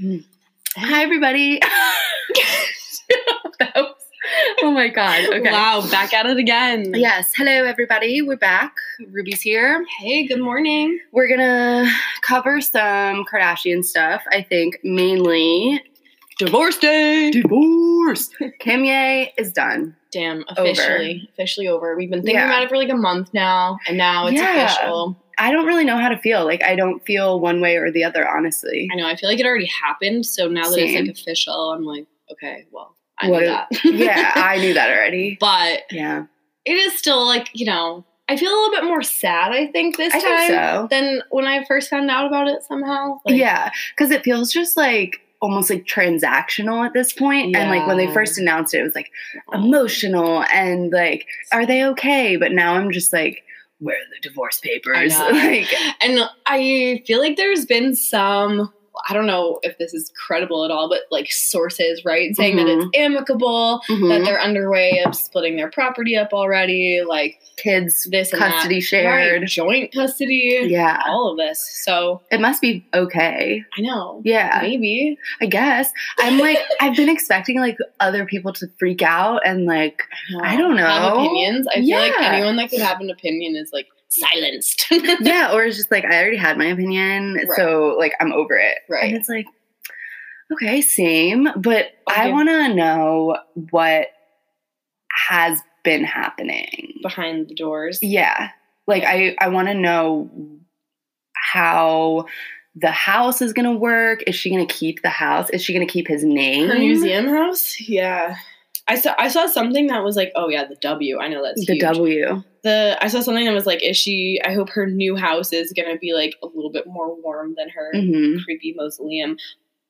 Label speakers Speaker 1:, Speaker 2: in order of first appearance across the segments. Speaker 1: Mm.
Speaker 2: Hi, everybody. That was- oh my God. Okay.
Speaker 1: Wow, back at it again.
Speaker 2: Yes. Hello, everybody. We're back. Ruby's here.
Speaker 1: Hey, good morning.
Speaker 2: We're going to cover some Kardashian stuff, I think, mainly.
Speaker 1: Divorce day.
Speaker 2: Divorce. Kimye is done.
Speaker 1: Damn, officially, officially over. We've been thinking
Speaker 2: Yeah.
Speaker 1: about it for like a month now, and now it's
Speaker 2: Yeah.
Speaker 1: official.
Speaker 2: I don't really know how to feel. Like, I don't feel one way or the other, honestly.
Speaker 1: I know. I feel like it already happened, so now that
Speaker 2: Same.
Speaker 1: it's like official, I'm like, okay, well, I
Speaker 2: What
Speaker 1: knew
Speaker 2: a-
Speaker 1: that.
Speaker 2: yeah, I knew that already.
Speaker 1: but
Speaker 2: Yeah.
Speaker 1: it is still like you know, I feel a little bit more sad. I think this
Speaker 2: I
Speaker 1: time
Speaker 2: think so.
Speaker 1: than when I first found out about it. Somehow, Like,
Speaker 2: yeah, because it feels just like almost like transactional at this point. And like when they
Speaker 1: Yeah.
Speaker 2: first announced it, it was like
Speaker 1: oh.
Speaker 2: emotional and like, are they okay? But now I'm just like, where are the divorce papers?
Speaker 1: know.
Speaker 2: like,
Speaker 1: And I feel like there's been some, I don't know if this is credible at all, but like sources, right, saying that it's
Speaker 2: Mm-hmm.
Speaker 1: amicable, that
Speaker 2: mhm,
Speaker 1: they're underway of splitting their property up already, like
Speaker 2: kids
Speaker 1: this and
Speaker 2: custody
Speaker 1: that. Right,
Speaker 2: shared.
Speaker 1: joint custody,
Speaker 2: Yeah,
Speaker 1: all of this. So
Speaker 2: it must be okay.
Speaker 1: I know.
Speaker 2: Yeah,
Speaker 1: Maybe.
Speaker 2: I guess. I'm like, I've been expecting like other people to freak out and like, I don't
Speaker 1: Have
Speaker 2: know.
Speaker 1: opinions. I feel like
Speaker 2: Yeah.
Speaker 1: anyone that could have an opinion is like silenced.
Speaker 2: yeah, or it's just like, I already had my opinion,
Speaker 1: Right.
Speaker 2: so like, I'm over it. And
Speaker 1: right.
Speaker 2: it's like, okay, same, but I
Speaker 1: Okay.
Speaker 2: want to know what has been happening.
Speaker 1: Behind the doors.
Speaker 2: Yeah. Like I I want to know how the house is going to work. Is she going to keep the house? Is she going to keep his name?
Speaker 1: Her museum house? Yeah. I saw I saw something that was like, oh yeah, the W. I know that's
Speaker 2: the
Speaker 1: huge.
Speaker 2: W.
Speaker 1: The I saw something that was like, is she I hope her new house is gonna be like a little bit more warm than her
Speaker 2: Mhm.
Speaker 1: creepy mausoleum.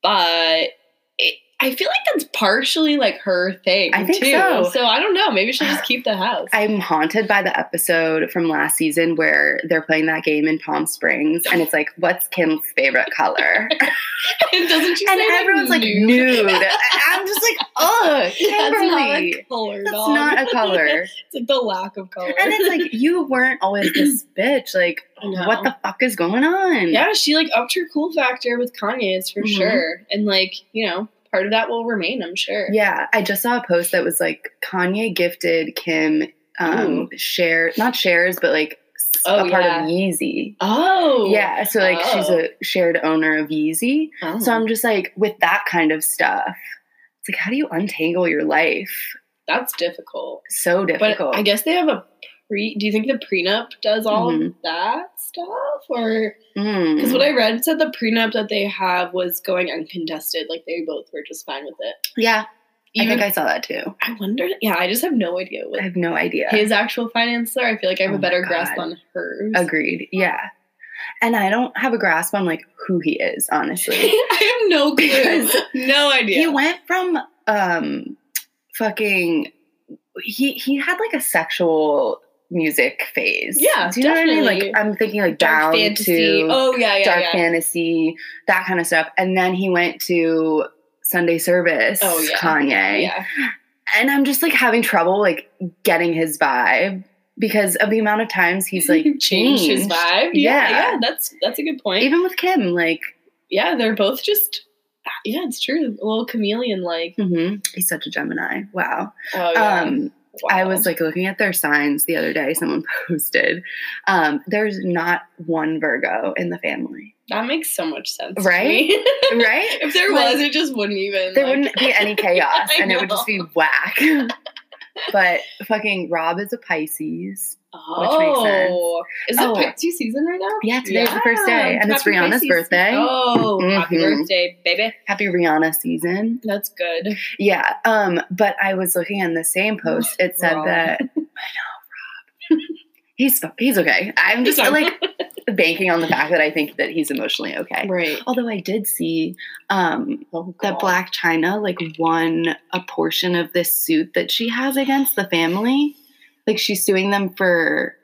Speaker 1: But it, I feel like that's partially like her thing
Speaker 2: I think
Speaker 1: too.
Speaker 2: so.
Speaker 1: I don't know. Maybe she'll just keep the house.
Speaker 2: I'm haunted by the episode from last season where they're playing that game in Palm Springs and it's like, what's Kim's favorite color?
Speaker 1: and doesn't she
Speaker 2: and
Speaker 1: say
Speaker 2: everyone's like,
Speaker 1: nude?
Speaker 2: nude. I- I'm just like, oh,
Speaker 1: That's not
Speaker 2: Kimberly.
Speaker 1: a color.
Speaker 2: That's
Speaker 1: dog.
Speaker 2: not a color.
Speaker 1: it's like the lack of color.
Speaker 2: And it's like, you weren't always this bitch. Like,
Speaker 1: I know.
Speaker 2: what the fuck is going on?
Speaker 1: Yeah, she like upped her cool factor with Kanye's for
Speaker 2: Mhm.
Speaker 1: sure. And like, you know, part of that will remain, I'm sure.
Speaker 2: Yeah, I just saw a post that was like Kanye gifted Kim um share not shares but like s-
Speaker 1: Oh,
Speaker 2: a part
Speaker 1: yeah.
Speaker 2: of Yeezy.
Speaker 1: Oh.
Speaker 2: Yeah, so like she's a shared owner of Yeezy.
Speaker 1: Oh.
Speaker 2: So I'm just like with that kind of stuff. It's like how do you untangle your life?
Speaker 1: Oh, That's difficult.
Speaker 2: So difficult.
Speaker 1: But I guess they have a pre do you think the prenup does all
Speaker 2: Mhm.
Speaker 1: of that stuff? Or
Speaker 2: Mm.
Speaker 1: because what I read said the prenup that they have was going uncontested. Like they both were just fine with it.
Speaker 2: yeah, I
Speaker 1: Even-
Speaker 2: think I saw that too.
Speaker 1: I wonder yeah, I just have no idea
Speaker 2: I
Speaker 1: what
Speaker 2: have no idea.
Speaker 1: his actual financer. I feel like I have
Speaker 2: Oh
Speaker 1: a
Speaker 2: my
Speaker 1: better grasp
Speaker 2: God.
Speaker 1: on hers.
Speaker 2: Agreed. Yeah. And I don't have a grasp on like who he is, honestly.
Speaker 1: I have no clue.
Speaker 2: Because
Speaker 1: no idea.
Speaker 2: He went from um fucking he he had like a sexual music phase.
Speaker 1: Yeah,
Speaker 2: Do you know what I mean?
Speaker 1: definitely.
Speaker 2: Like I'm thinking like down
Speaker 1: dark fantasy.
Speaker 2: to
Speaker 1: oh yeah, yeah,
Speaker 2: dark
Speaker 1: yeah.
Speaker 2: fantasy, that kind of stuff. And then he went to Sunday service,
Speaker 1: Oh, yeah.
Speaker 2: Kanye.
Speaker 1: Yeah.
Speaker 2: And I'm just like having trouble like getting his vibe because of the amount of times he's like
Speaker 1: changed his
Speaker 2: changed.
Speaker 1: vibe.
Speaker 2: Yeah.
Speaker 1: Yeah, yeah, that's that's a good point.
Speaker 2: Even with Kim, like
Speaker 1: yeah, they're both just yeah, it's true. A little chameleon like.
Speaker 2: mhm, he's such a Gemini. Wow.
Speaker 1: Oh yeah.
Speaker 2: Um I was like looking at their signs the other day. Someone posted, um, "There's not one Virgo in the family,
Speaker 1: that makes so much sense. to
Speaker 2: Right?
Speaker 1: me.
Speaker 2: right?
Speaker 1: if there
Speaker 2: Like,
Speaker 1: was, it just wouldn't even
Speaker 2: there
Speaker 1: like-
Speaker 2: wouldn't be any chaos,
Speaker 1: I
Speaker 2: and it would
Speaker 1: know.
Speaker 2: just be whack." but fucking Rob is a Pisces. makes sense.
Speaker 1: Oh, is it
Speaker 2: Oh.
Speaker 1: Pisces season right now?
Speaker 2: Yeah, today's the first day, and it's
Speaker 1: Happy
Speaker 2: Rihanna's
Speaker 1: Pisces.
Speaker 2: birthday.
Speaker 1: Oh, happy
Speaker 2: Mhm.
Speaker 1: birthday, baby!
Speaker 2: Happy Rihanna season.
Speaker 1: That's good.
Speaker 2: Yeah. Um. But I was looking in the same post. It said
Speaker 1: Rob.
Speaker 2: that I know Rob. he's he's okay. I'm just
Speaker 1: He's
Speaker 2: like banking on the fact that I think that he's emotionally okay.
Speaker 1: Right.
Speaker 2: Although I did see um,
Speaker 1: Oh,
Speaker 2: that
Speaker 1: God.
Speaker 2: Black China like won a portion of this suit that she has against the family. Like she's suing them for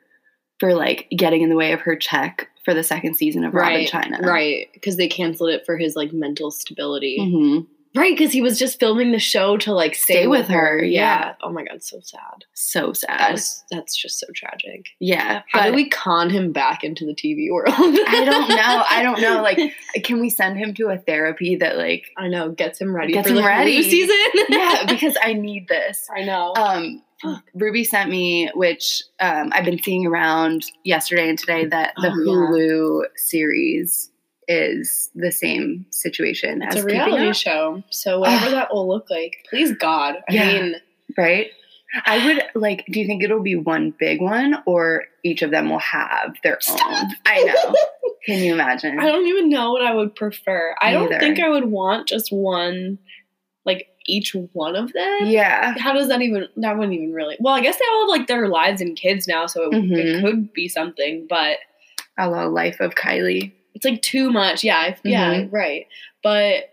Speaker 2: for like getting in the way of her check for the second season of Robin
Speaker 1: Right,
Speaker 2: China.
Speaker 1: Right, because they canceled it for his like mental stability.
Speaker 2: Mhm.
Speaker 1: Right, because he was just filming the show to like stay,
Speaker 2: Stay with her, yeah.
Speaker 1: Oh my god, so sad.
Speaker 2: So sad.
Speaker 1: That's that's just so tragic.
Speaker 2: yeah.
Speaker 1: How do
Speaker 2: but
Speaker 1: we con him back into the TV world?
Speaker 2: I don't know. I don't know. Like, can we send him to a therapy that like?
Speaker 1: I know, gets him ready
Speaker 2: Gets
Speaker 1: for
Speaker 2: him
Speaker 1: the
Speaker 2: ready.
Speaker 1: Hulu season.
Speaker 2: Yeah, because I need this.
Speaker 1: I know.
Speaker 2: Um,
Speaker 1: Fuck.
Speaker 2: Ruby sent me, which um, I've been seeing around yesterday and today, that the
Speaker 1: Oh, yeah.
Speaker 2: Hulu series is the same situation
Speaker 1: it's
Speaker 2: as
Speaker 1: a
Speaker 2: Keeping
Speaker 1: reality
Speaker 2: Up,
Speaker 1: show, so whatever
Speaker 2: Ugh.
Speaker 1: that will look like, please God. I
Speaker 2: Yeah.
Speaker 1: mean,
Speaker 2: right? I would like. Do you think it'll be one big one, or each of them will have their
Speaker 1: Stop.
Speaker 2: own? I know. Can you imagine?
Speaker 1: I don't even know what I would prefer. I don't
Speaker 2: Neither.
Speaker 1: think I would want just one, like each one of them.
Speaker 2: yeah,
Speaker 1: How does that even? That wouldn't even really. Well, I guess they all have like their lives and kids now, so it,
Speaker 2: Mhm.
Speaker 1: it could be something. But
Speaker 2: a la life of Kylie.
Speaker 1: it's like too much. Yeah, I, yeah,
Speaker 2: Mm-hmm.
Speaker 1: right. But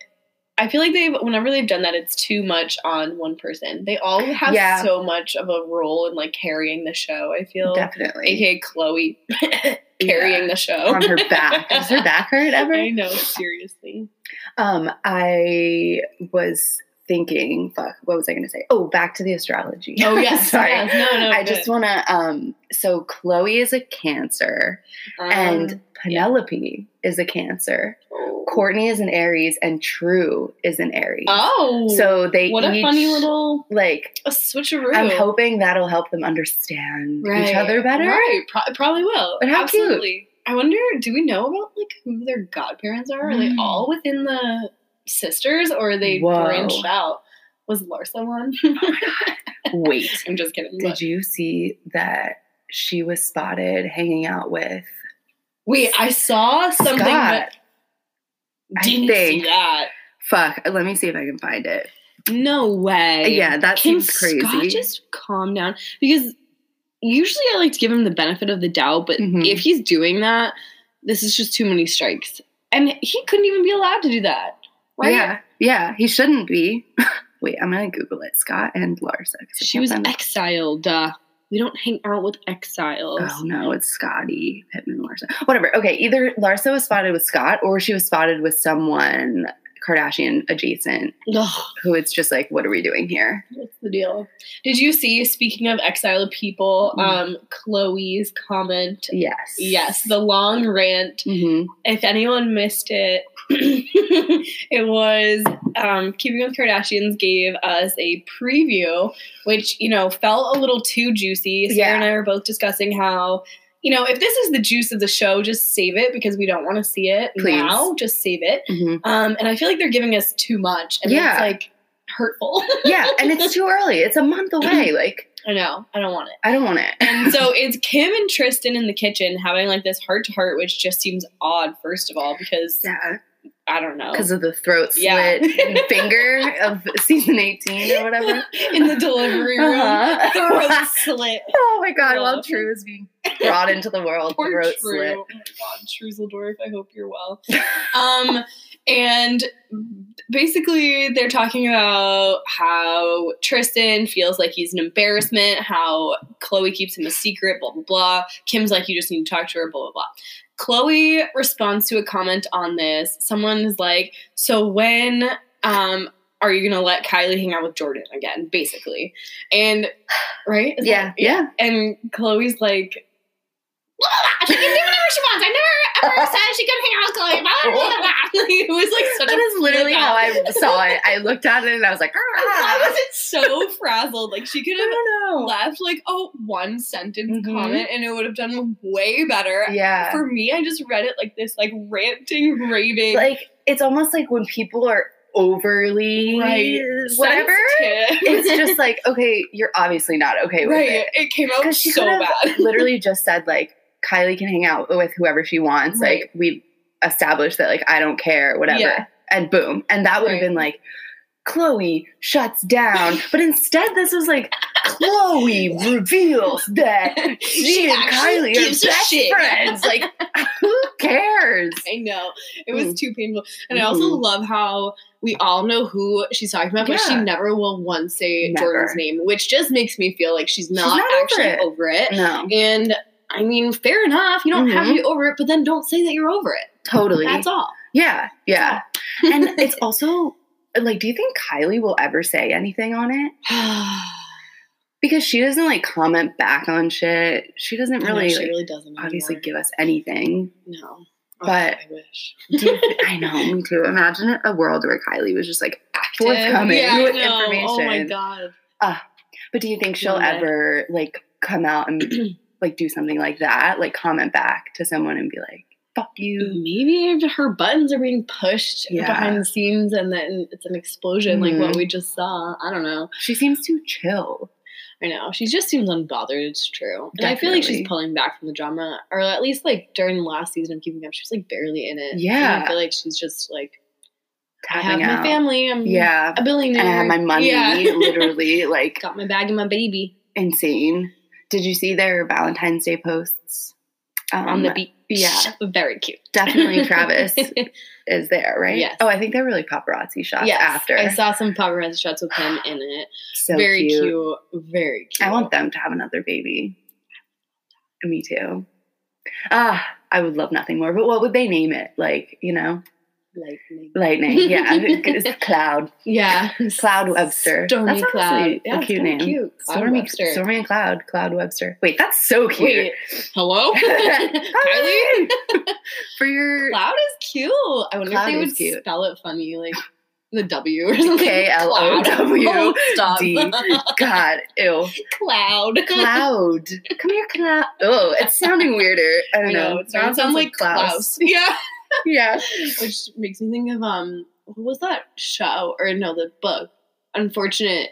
Speaker 1: I feel like they've whenever they've done that, it's too much on one person. They all have
Speaker 2: Yeah.
Speaker 1: so much of a role in like carrying the show. I feel.
Speaker 2: Definitely
Speaker 1: AKA Chloe carrying the show
Speaker 2: on her back. Does her back hurt
Speaker 1: I
Speaker 2: ever?
Speaker 1: know, seriously.
Speaker 2: Um, I was thinking, fuck, what was I going to say? Oh, back to the astrology.
Speaker 1: Oh yes,
Speaker 2: sorry.
Speaker 1: yes. No, no.
Speaker 2: I
Speaker 1: good.
Speaker 2: just want to. Um, so Chloe is a Cancer, and
Speaker 1: Um,
Speaker 2: Penelope is a Cancer.
Speaker 1: oh.
Speaker 2: Courtney is an Aries, and True is an Aries. so they
Speaker 1: oh. what a
Speaker 2: each,
Speaker 1: funny little
Speaker 2: like.
Speaker 1: a switcheroo.
Speaker 2: I'm hoping that'll help them understand each
Speaker 1: Right,
Speaker 2: other better.
Speaker 1: Right, Pro- probably will.
Speaker 2: But how cute.
Speaker 1: Absolutely. I wonder, do we know about like who their godparents are? Are they
Speaker 2: Mm.
Speaker 1: all within the sisters, or are they
Speaker 2: Whoa.
Speaker 1: branched out? Was Larsa one?
Speaker 2: Wait,
Speaker 1: I'm just kidding.
Speaker 2: Did you see that she was spotted hanging out with
Speaker 1: Wait, I saw something.
Speaker 2: Scott?
Speaker 1: That
Speaker 2: I
Speaker 1: didn't see
Speaker 2: think.
Speaker 1: that.
Speaker 2: Fuck, let me see if I can find it.
Speaker 1: No way.
Speaker 2: yeah, that
Speaker 1: Can
Speaker 2: seems crazy.
Speaker 1: Scott just calm down? Because usually I like to give him the benefit of the doubt, but
Speaker 2: Mhm.
Speaker 1: if he's doing that, this is just too many strikes. And he couldn't even be allowed to do that. Right?
Speaker 2: Yeah, yeah, he shouldn't be. Wait, I'm gonna Google it. Scott and Larsa. 'cause I
Speaker 1: She
Speaker 2: can't
Speaker 1: was
Speaker 2: find it.
Speaker 1: exiled. Uh, we don't hang out with exiles.
Speaker 2: Oh no, it's Scotty Pittman Larsa. Whatever. Okay, either Larsa was spotted with Scott, or she was spotted with someone Kardashian adjacent.
Speaker 1: Ugh,
Speaker 2: Who it's just like, what are we doing here?
Speaker 1: what's the deal? Did you see, speaking of exiled people,
Speaker 2: Mm.
Speaker 1: um, Chloe's comment?
Speaker 2: Yes.
Speaker 1: Yes, the long rant
Speaker 2: hmm
Speaker 1: if anyone missed it, it was um, Keeping Up with Kardashians gave us a preview, which you know felt a little too juicy. Sarah
Speaker 2: Yeah.
Speaker 1: and I were both discussing how you know if this is the juice of the show, just save it because we don't want to see it
Speaker 2: Please.
Speaker 1: now. Just save it.
Speaker 2: hmm
Speaker 1: Um, and I feel like they're giving us too much, and
Speaker 2: Yeah.
Speaker 1: it's like hurtful.
Speaker 2: Yeah, and it's too early. It's a month away. Like,
Speaker 1: I know I don't want it.
Speaker 2: I don't want it.
Speaker 1: And so it's Kim and Tristan in the kitchen having like this heart to heart, which just seems odd, first of all, because
Speaker 2: yeah.
Speaker 1: I don't know.
Speaker 2: because of the throat
Speaker 1: Yeah.
Speaker 2: slit and finger of season 18 or whatever.
Speaker 1: in the delivery room.
Speaker 2: Uh-huh.
Speaker 1: Throat slit.
Speaker 2: oh my god,
Speaker 1: Yeah.
Speaker 2: while True is being brought into the world,
Speaker 1: Poor
Speaker 2: throat
Speaker 1: True.
Speaker 2: slit.
Speaker 1: Oh my God, Truseldorf, I hope you're well. um, and basically, they're talking about how Tristan feels like he's an embarrassment, how Chloe keeps him a secret, blah, blah, blah. Kim's like, you just need to talk to her, blah, blah, blah. Chloe responds to a comment on this. Someone is like, so when um, are you going to let Kylie hang out with Jordan again, basically? And, right? Is that-
Speaker 2: Yeah, yeah.
Speaker 1: And Chloe's like, "Blah, she can do whatever she wants. I never ever said she could hang out with Chloe. Blah, blah, blah, blah." Like, it was like such
Speaker 2: That
Speaker 1: a.
Speaker 2: is literally
Speaker 1: flip
Speaker 2: how
Speaker 1: out.
Speaker 2: I saw it. I looked at it and I was like,
Speaker 1: I
Speaker 2: ah,
Speaker 1: was so frazzled. Like she could
Speaker 2: I
Speaker 1: have
Speaker 2: don't know.
Speaker 1: left like a one sentence
Speaker 2: Mhm.
Speaker 1: comment, and it would have done way better.
Speaker 2: Yeah.
Speaker 1: For me, I just read it like this, like ranting, raving,
Speaker 2: Like, it's almost like when people are overly
Speaker 1: Right.
Speaker 2: whatever.
Speaker 1: sensitive.
Speaker 2: It's just like, okay, you're obviously not okay with
Speaker 1: right.
Speaker 2: it.
Speaker 1: It. came out
Speaker 2: 'Cause she
Speaker 1: so
Speaker 2: could've-
Speaker 1: bad.
Speaker 2: literally just said like Kylie can hang out with whoever she wants.
Speaker 1: Right.
Speaker 2: Like we established that like I don't care, whatever.
Speaker 1: Yeah.
Speaker 2: And boom. And that would have
Speaker 1: Right.
Speaker 2: been like Chloe shuts down. But instead this was like Chloe reveals that she,
Speaker 1: She
Speaker 2: and
Speaker 1: actually
Speaker 2: Kylie are
Speaker 1: gives a
Speaker 2: best
Speaker 1: shit.
Speaker 2: friends. Like who cares?
Speaker 1: I know. It was
Speaker 2: Mm.
Speaker 1: too painful. And I also
Speaker 2: Mhm.
Speaker 1: love how we all know who she's talking about, but she
Speaker 2: Yeah.
Speaker 1: never will once say
Speaker 2: Never.
Speaker 1: Jordan's name, which just makes me feel like she's not,
Speaker 2: not over
Speaker 1: actually
Speaker 2: it. Mm.
Speaker 1: over it.
Speaker 2: No.
Speaker 1: And I mean, fair enough. You don't have to
Speaker 2: Mhm.
Speaker 1: be over it, but then don't say that you're over it.
Speaker 2: Totally.
Speaker 1: That's all.
Speaker 2: Yeah. Yeah. and it's also like, do you think Kylie will ever say anything on it? Because she doesn't like comment back on shit. She doesn't
Speaker 1: really,
Speaker 2: really
Speaker 1: she
Speaker 2: like,
Speaker 1: really doesn't.
Speaker 2: obviously
Speaker 1: anymore.
Speaker 2: give us anything.
Speaker 1: no.
Speaker 2: but-
Speaker 1: oh, I wish.
Speaker 2: Do you thi- I know, me too. Imagine a world where Kylie was just like forthcoming
Speaker 1: Yeah, I
Speaker 2: with
Speaker 1: know.
Speaker 2: information.
Speaker 1: Oh my god.
Speaker 2: But do you think she'll
Speaker 1: One day.
Speaker 2: ever like come out and like do something like that? Like comment back to someone and be like, fuck
Speaker 1: Mm-hmm.
Speaker 2: you.
Speaker 1: Maybe her buttons are being pushed
Speaker 2: Yeah. Mm-hmm.
Speaker 1: behind the scenes, and then it's an explosion like what we just saw. I don't know.
Speaker 2: She seems too chill.
Speaker 1: I know. She just seems unbothered. It's true. And I feel like she's
Speaker 2: Definitely.
Speaker 1: pulling back from the drama, or at least like during the last season of Keeping Up, she was like barely in it. And
Speaker 2: Yeah.
Speaker 1: I feel like she's just like, I have
Speaker 2: Tapping
Speaker 1: my
Speaker 2: out.
Speaker 1: family. I'm
Speaker 2: Yeah.
Speaker 1: a billionaire.
Speaker 2: And I have my money,
Speaker 1: Yeah.
Speaker 2: literally, like
Speaker 1: Got my bag and my baby
Speaker 2: insane. Did you see their Valentine's Day posts? Um,
Speaker 1: on the beach.
Speaker 2: yeah.
Speaker 1: Very cute.
Speaker 2: Definitely Travis is there, right?
Speaker 1: Yes.
Speaker 2: Oh, I think they're really paparazzi shots
Speaker 1: yes.
Speaker 2: after.
Speaker 1: I saw some paparazzi shots with him in it.
Speaker 2: so
Speaker 1: very
Speaker 2: cute.
Speaker 1: cute. Very cute.
Speaker 2: I want them to have another baby. Me too. Ah, I would love nothing more. But what would they name it? Like, you know,
Speaker 1: lightning.
Speaker 2: lightning. Yeah, it's cloud.
Speaker 1: Yeah.
Speaker 2: Cloud Webster.
Speaker 1: Stormy
Speaker 2: That's
Speaker 1: Cloud.
Speaker 2: honestly
Speaker 1: Yeah,
Speaker 2: a
Speaker 1: it's
Speaker 2: cute
Speaker 1: kinda
Speaker 2: name.
Speaker 1: Cute. Cloud
Speaker 2: Stormy,
Speaker 1: Webster.
Speaker 2: Stormy and Cloud. Cloud Webster. Wait, that's so cute.
Speaker 1: Wait, hello? Kylie?
Speaker 2: Kylie! For your
Speaker 1: Cloud is cute. I wonder
Speaker 2: Cloud
Speaker 1: if they
Speaker 2: is
Speaker 1: would
Speaker 2: cute.
Speaker 1: spell it funny, like the W or something.
Speaker 2: K-L-O-W-D.
Speaker 1: Cloud. Oh, stop.
Speaker 2: D. God, ew.
Speaker 1: Cloud.
Speaker 2: Cloud. Come here, Cloud. Oh, it's sounding weirder. I don't
Speaker 1: I know. It sounds, sounds like Klaus. Yeah.
Speaker 2: Yeah.
Speaker 1: Which makes me think of um what was that show? Or no, the book. Unfortunate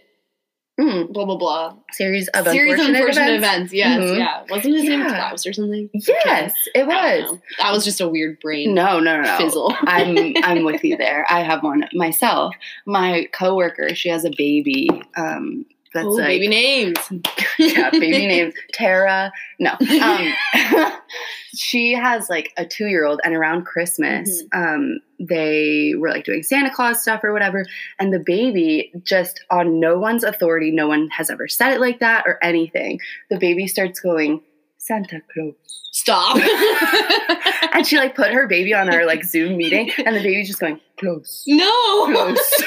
Speaker 2: Mm,
Speaker 1: blah blah blah.
Speaker 2: series of
Speaker 1: Series of
Speaker 2: unfortunate,
Speaker 1: unfortunate
Speaker 2: events.
Speaker 1: events. Yes,
Speaker 2: Mhm.
Speaker 1: yeah. Wasn't his name
Speaker 2: Yeah.
Speaker 1: Klaus or something?
Speaker 2: Yes, it
Speaker 1: I
Speaker 2: was.
Speaker 1: don't know. That was just a weird brain
Speaker 2: No, no, no, no.
Speaker 1: fizzle.
Speaker 2: I'm I'm with you there. I have one myself. My coworker, she has a baby. Um, that's
Speaker 1: oh,
Speaker 2: like
Speaker 1: baby names.
Speaker 2: yeah, baby named Tara. No, um, she has like a two year old, and around Christmas, um, they were like doing Santa Claus stuff or whatever, and the baby just on no one's authority, no one has ever said it like that or anything. The baby starts going Santa Claus.
Speaker 1: Stop.
Speaker 2: and she like put her baby on our like Zoom meeting, and the baby's just going close,
Speaker 1: no.
Speaker 2: close.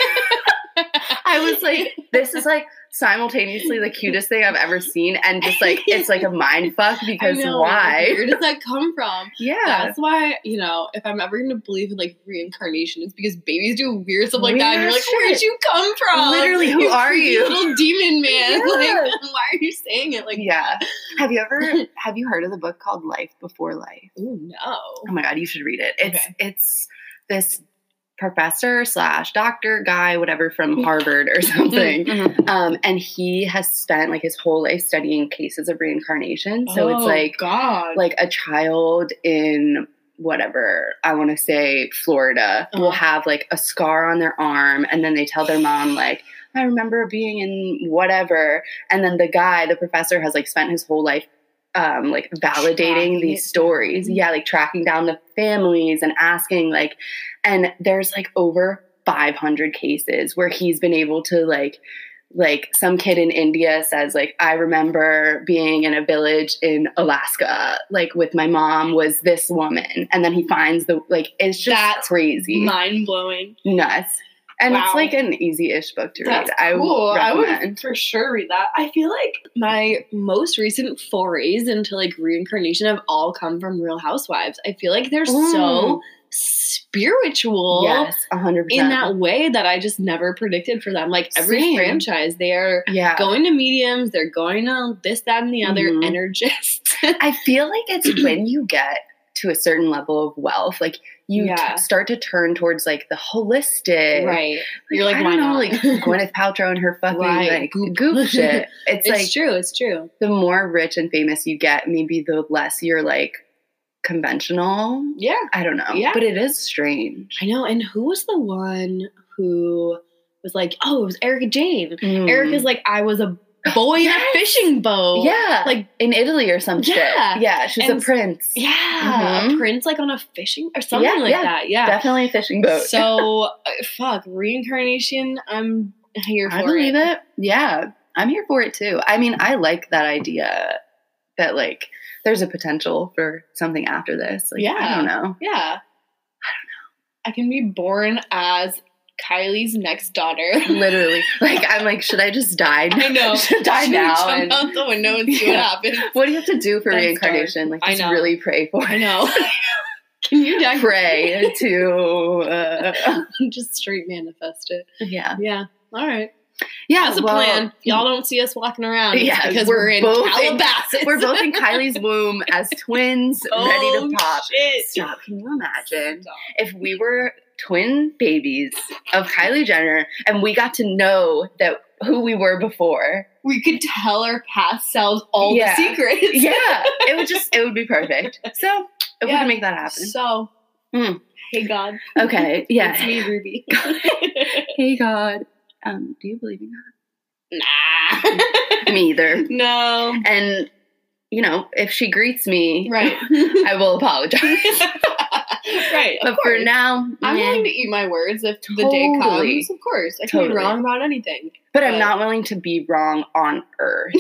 Speaker 2: I was like, this is like simultaneously the cutest thing I've ever seen, and just like it's like a mind fuck
Speaker 1: I
Speaker 2: because
Speaker 1: know.
Speaker 2: why?
Speaker 1: Where does that come from?
Speaker 2: Yeah,
Speaker 1: That's why, you know, if I'm ever going to believe in like reincarnation, it's because babies do weird stuff like that. And you're
Speaker 2: Weird
Speaker 1: like,
Speaker 2: shit.
Speaker 1: where'd you come from?
Speaker 2: Literally, who are
Speaker 1: creepy
Speaker 2: you?
Speaker 1: Little demon man.
Speaker 2: Yeah.
Speaker 1: Like, why are you saying it like
Speaker 2: yeah. Have you ever have you heard of the book called Life Before Life?
Speaker 1: Oh, no.
Speaker 2: Oh my god, you should read it. It's
Speaker 1: Okay.
Speaker 2: it's this professor slash doctor guy whatever from harvard or something
Speaker 1: Mm-hmm.
Speaker 2: um, and he has spent like his whole life studying cases of reincarnation so it's
Speaker 1: Oh,
Speaker 2: like
Speaker 1: God.
Speaker 2: like a child in whatever I want to say Florida will
Speaker 1: Uh-huh.
Speaker 2: have like a scar on their arm and then they tell their mom like I remember being in whatever and then the guy the professor has like spent his whole life um like validating
Speaker 1: Tracking
Speaker 2: these
Speaker 1: it Mm-hmm.
Speaker 2: stories
Speaker 1: down.
Speaker 2: yeah like tracking down the families and asking like and there's like over 500 cases where he's been able to like like some kid in India says like I remember being in a village in Alaska like with my mom was this woman and then he finds the like it's just
Speaker 1: That's
Speaker 2: crazy
Speaker 1: Mind blowing.
Speaker 2: nuts and
Speaker 1: Wow.
Speaker 2: it's like an easy-ish book to
Speaker 1: That's
Speaker 2: read I
Speaker 1: cool.
Speaker 2: would
Speaker 1: I would
Speaker 2: recommend
Speaker 1: for sure read that. I feel like my most recent forays into like reincarnation have all come from Real Housewives. I feel like they're so spiritual
Speaker 2: Mm. yes 100%
Speaker 1: in that way that I just never predicted for them. Like every
Speaker 2: Same.
Speaker 1: franchise, they are
Speaker 2: yeah
Speaker 1: going to mediums, they're going to this, that, and the other
Speaker 2: Mhm.
Speaker 1: energists.
Speaker 2: I feel like it's when you get to a certain level of wealth like you t-
Speaker 1: Yeah.
Speaker 2: start to turn towards like the holistic
Speaker 1: right. You're like,
Speaker 2: I
Speaker 1: why
Speaker 2: don't know,
Speaker 1: not?
Speaker 2: like Gwyneth Paltrow and her fucking
Speaker 1: Right,
Speaker 2: like
Speaker 1: goop.
Speaker 2: goop, shit. It's,
Speaker 1: It's
Speaker 2: like
Speaker 1: true. It's true.
Speaker 2: the more rich and famous you get, maybe the less you're like conventional.
Speaker 1: Yeah.
Speaker 2: I don't know.
Speaker 1: Yeah.
Speaker 2: But it is strange.
Speaker 1: I know. And who was the one who was like, oh, it was Erica Jane. Erica's like, I was a boy
Speaker 2: Hmm. Yes!
Speaker 1: in a fishing boat.
Speaker 2: Yeah. Like
Speaker 1: Like,
Speaker 2: in Italy or some
Speaker 1: Yeah.
Speaker 2: shit. Yeah. She's
Speaker 1: And-
Speaker 2: a prince.
Speaker 1: yeah, a
Speaker 2: Mhm.
Speaker 1: prince like on a fishing or something
Speaker 2: Yeah,
Speaker 1: like
Speaker 2: yeah,
Speaker 1: that. Yeah.
Speaker 2: Definitely a fishing boat.
Speaker 1: So, uh, fuck, reincarnation, I'm here for
Speaker 2: I believe
Speaker 1: it.
Speaker 2: it. Yeah. I'm here for it too. I mean, I like that idea that like there's a potential for something after this. Like,
Speaker 1: Yeah.
Speaker 2: I don't know.
Speaker 1: Yeah. I don't know. I can be born as Kylie's next daughter.
Speaker 2: Literally. Like, I'm like, should I just die?
Speaker 1: I know.
Speaker 2: should I die
Speaker 1: Should we
Speaker 2: now?
Speaker 1: Jump
Speaker 2: And
Speaker 1: out the window and see
Speaker 2: Yeah.
Speaker 1: what happens.
Speaker 2: what do you have to do for
Speaker 1: That's
Speaker 2: reincarnation? Like,
Speaker 1: I
Speaker 2: just
Speaker 1: know.
Speaker 2: really pray for
Speaker 1: I
Speaker 2: it.
Speaker 1: know. Can you die?
Speaker 2: Pray to, uh,
Speaker 1: Just straight manifest it.
Speaker 2: yeah.
Speaker 1: Yeah. All right.
Speaker 2: Yeah.
Speaker 1: That's a
Speaker 2: well,
Speaker 1: plan. Y'all don't see us walking around. It's
Speaker 2: Yeah,
Speaker 1: because
Speaker 2: we're
Speaker 1: we're, in
Speaker 2: both in-
Speaker 1: Calabasas.
Speaker 2: We're both in Kylie's womb as twins, ready
Speaker 1: Oh,
Speaker 2: to pop.
Speaker 1: Shit.
Speaker 2: Stop. Can you imagine
Speaker 1: Stop.
Speaker 2: if we were twin babies of Kylie Jenner and we got to know that who we were before?
Speaker 1: We could tell our past selves all
Speaker 2: Yeah.
Speaker 1: the secrets.
Speaker 2: Yeah, it would just it would be perfect. So if we
Speaker 1: Yeah.
Speaker 2: can make that happen,
Speaker 1: So,
Speaker 2: Hmm.
Speaker 1: hey God,
Speaker 2: okay, yeah.
Speaker 1: it's me, Ruby.
Speaker 2: Hey God, um, do you believe in
Speaker 1: nah,
Speaker 2: that? Me either.
Speaker 1: no,
Speaker 2: And you know, if she greets me,
Speaker 1: right,
Speaker 2: I will apologize.
Speaker 1: right. Of
Speaker 2: But for
Speaker 1: course.
Speaker 2: now,
Speaker 1: I'm
Speaker 2: meh.
Speaker 1: willing to eat my words if the day
Speaker 2: Totally.
Speaker 1: comes. Of course, I can't be
Speaker 2: Totally.
Speaker 1: wrong about anything.
Speaker 2: but I'm
Speaker 1: but-
Speaker 2: not willing to be wrong on Earth.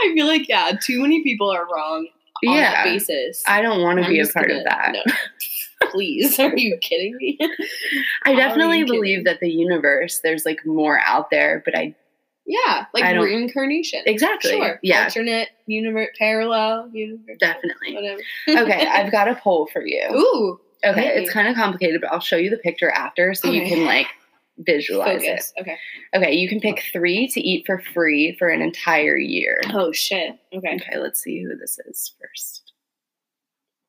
Speaker 1: I feel like yeah, too many people are wrong on that
Speaker 2: yeah,
Speaker 1: basis.
Speaker 2: I don't want to
Speaker 1: I'm
Speaker 2: be a
Speaker 1: just
Speaker 2: part
Speaker 1: gonna-
Speaker 2: of that.
Speaker 1: no. Please, are you kidding me?
Speaker 2: I
Speaker 1: Are
Speaker 2: definitely
Speaker 1: you
Speaker 2: believe
Speaker 1: kidding?
Speaker 2: that the universe, there's like more out there, but I
Speaker 1: Yeah, like
Speaker 2: I don't-
Speaker 1: reincarnation.
Speaker 2: exactly,
Speaker 1: Sure.
Speaker 2: yeah,
Speaker 1: Alternate universe, parallel universe.
Speaker 2: definitely.
Speaker 1: Whatever.
Speaker 2: okay, I've got a poll for you.
Speaker 1: Ooh,
Speaker 2: okay,
Speaker 1: yay.
Speaker 2: it's kind of complicated, but I'll show you the picture after so you
Speaker 1: Okay.
Speaker 2: can like visualize
Speaker 1: focus. Okay.
Speaker 2: it. Okay, you can pick three to eat for free for an entire year.
Speaker 1: Oh shit. Okay.
Speaker 2: Okay, let's see who this is first.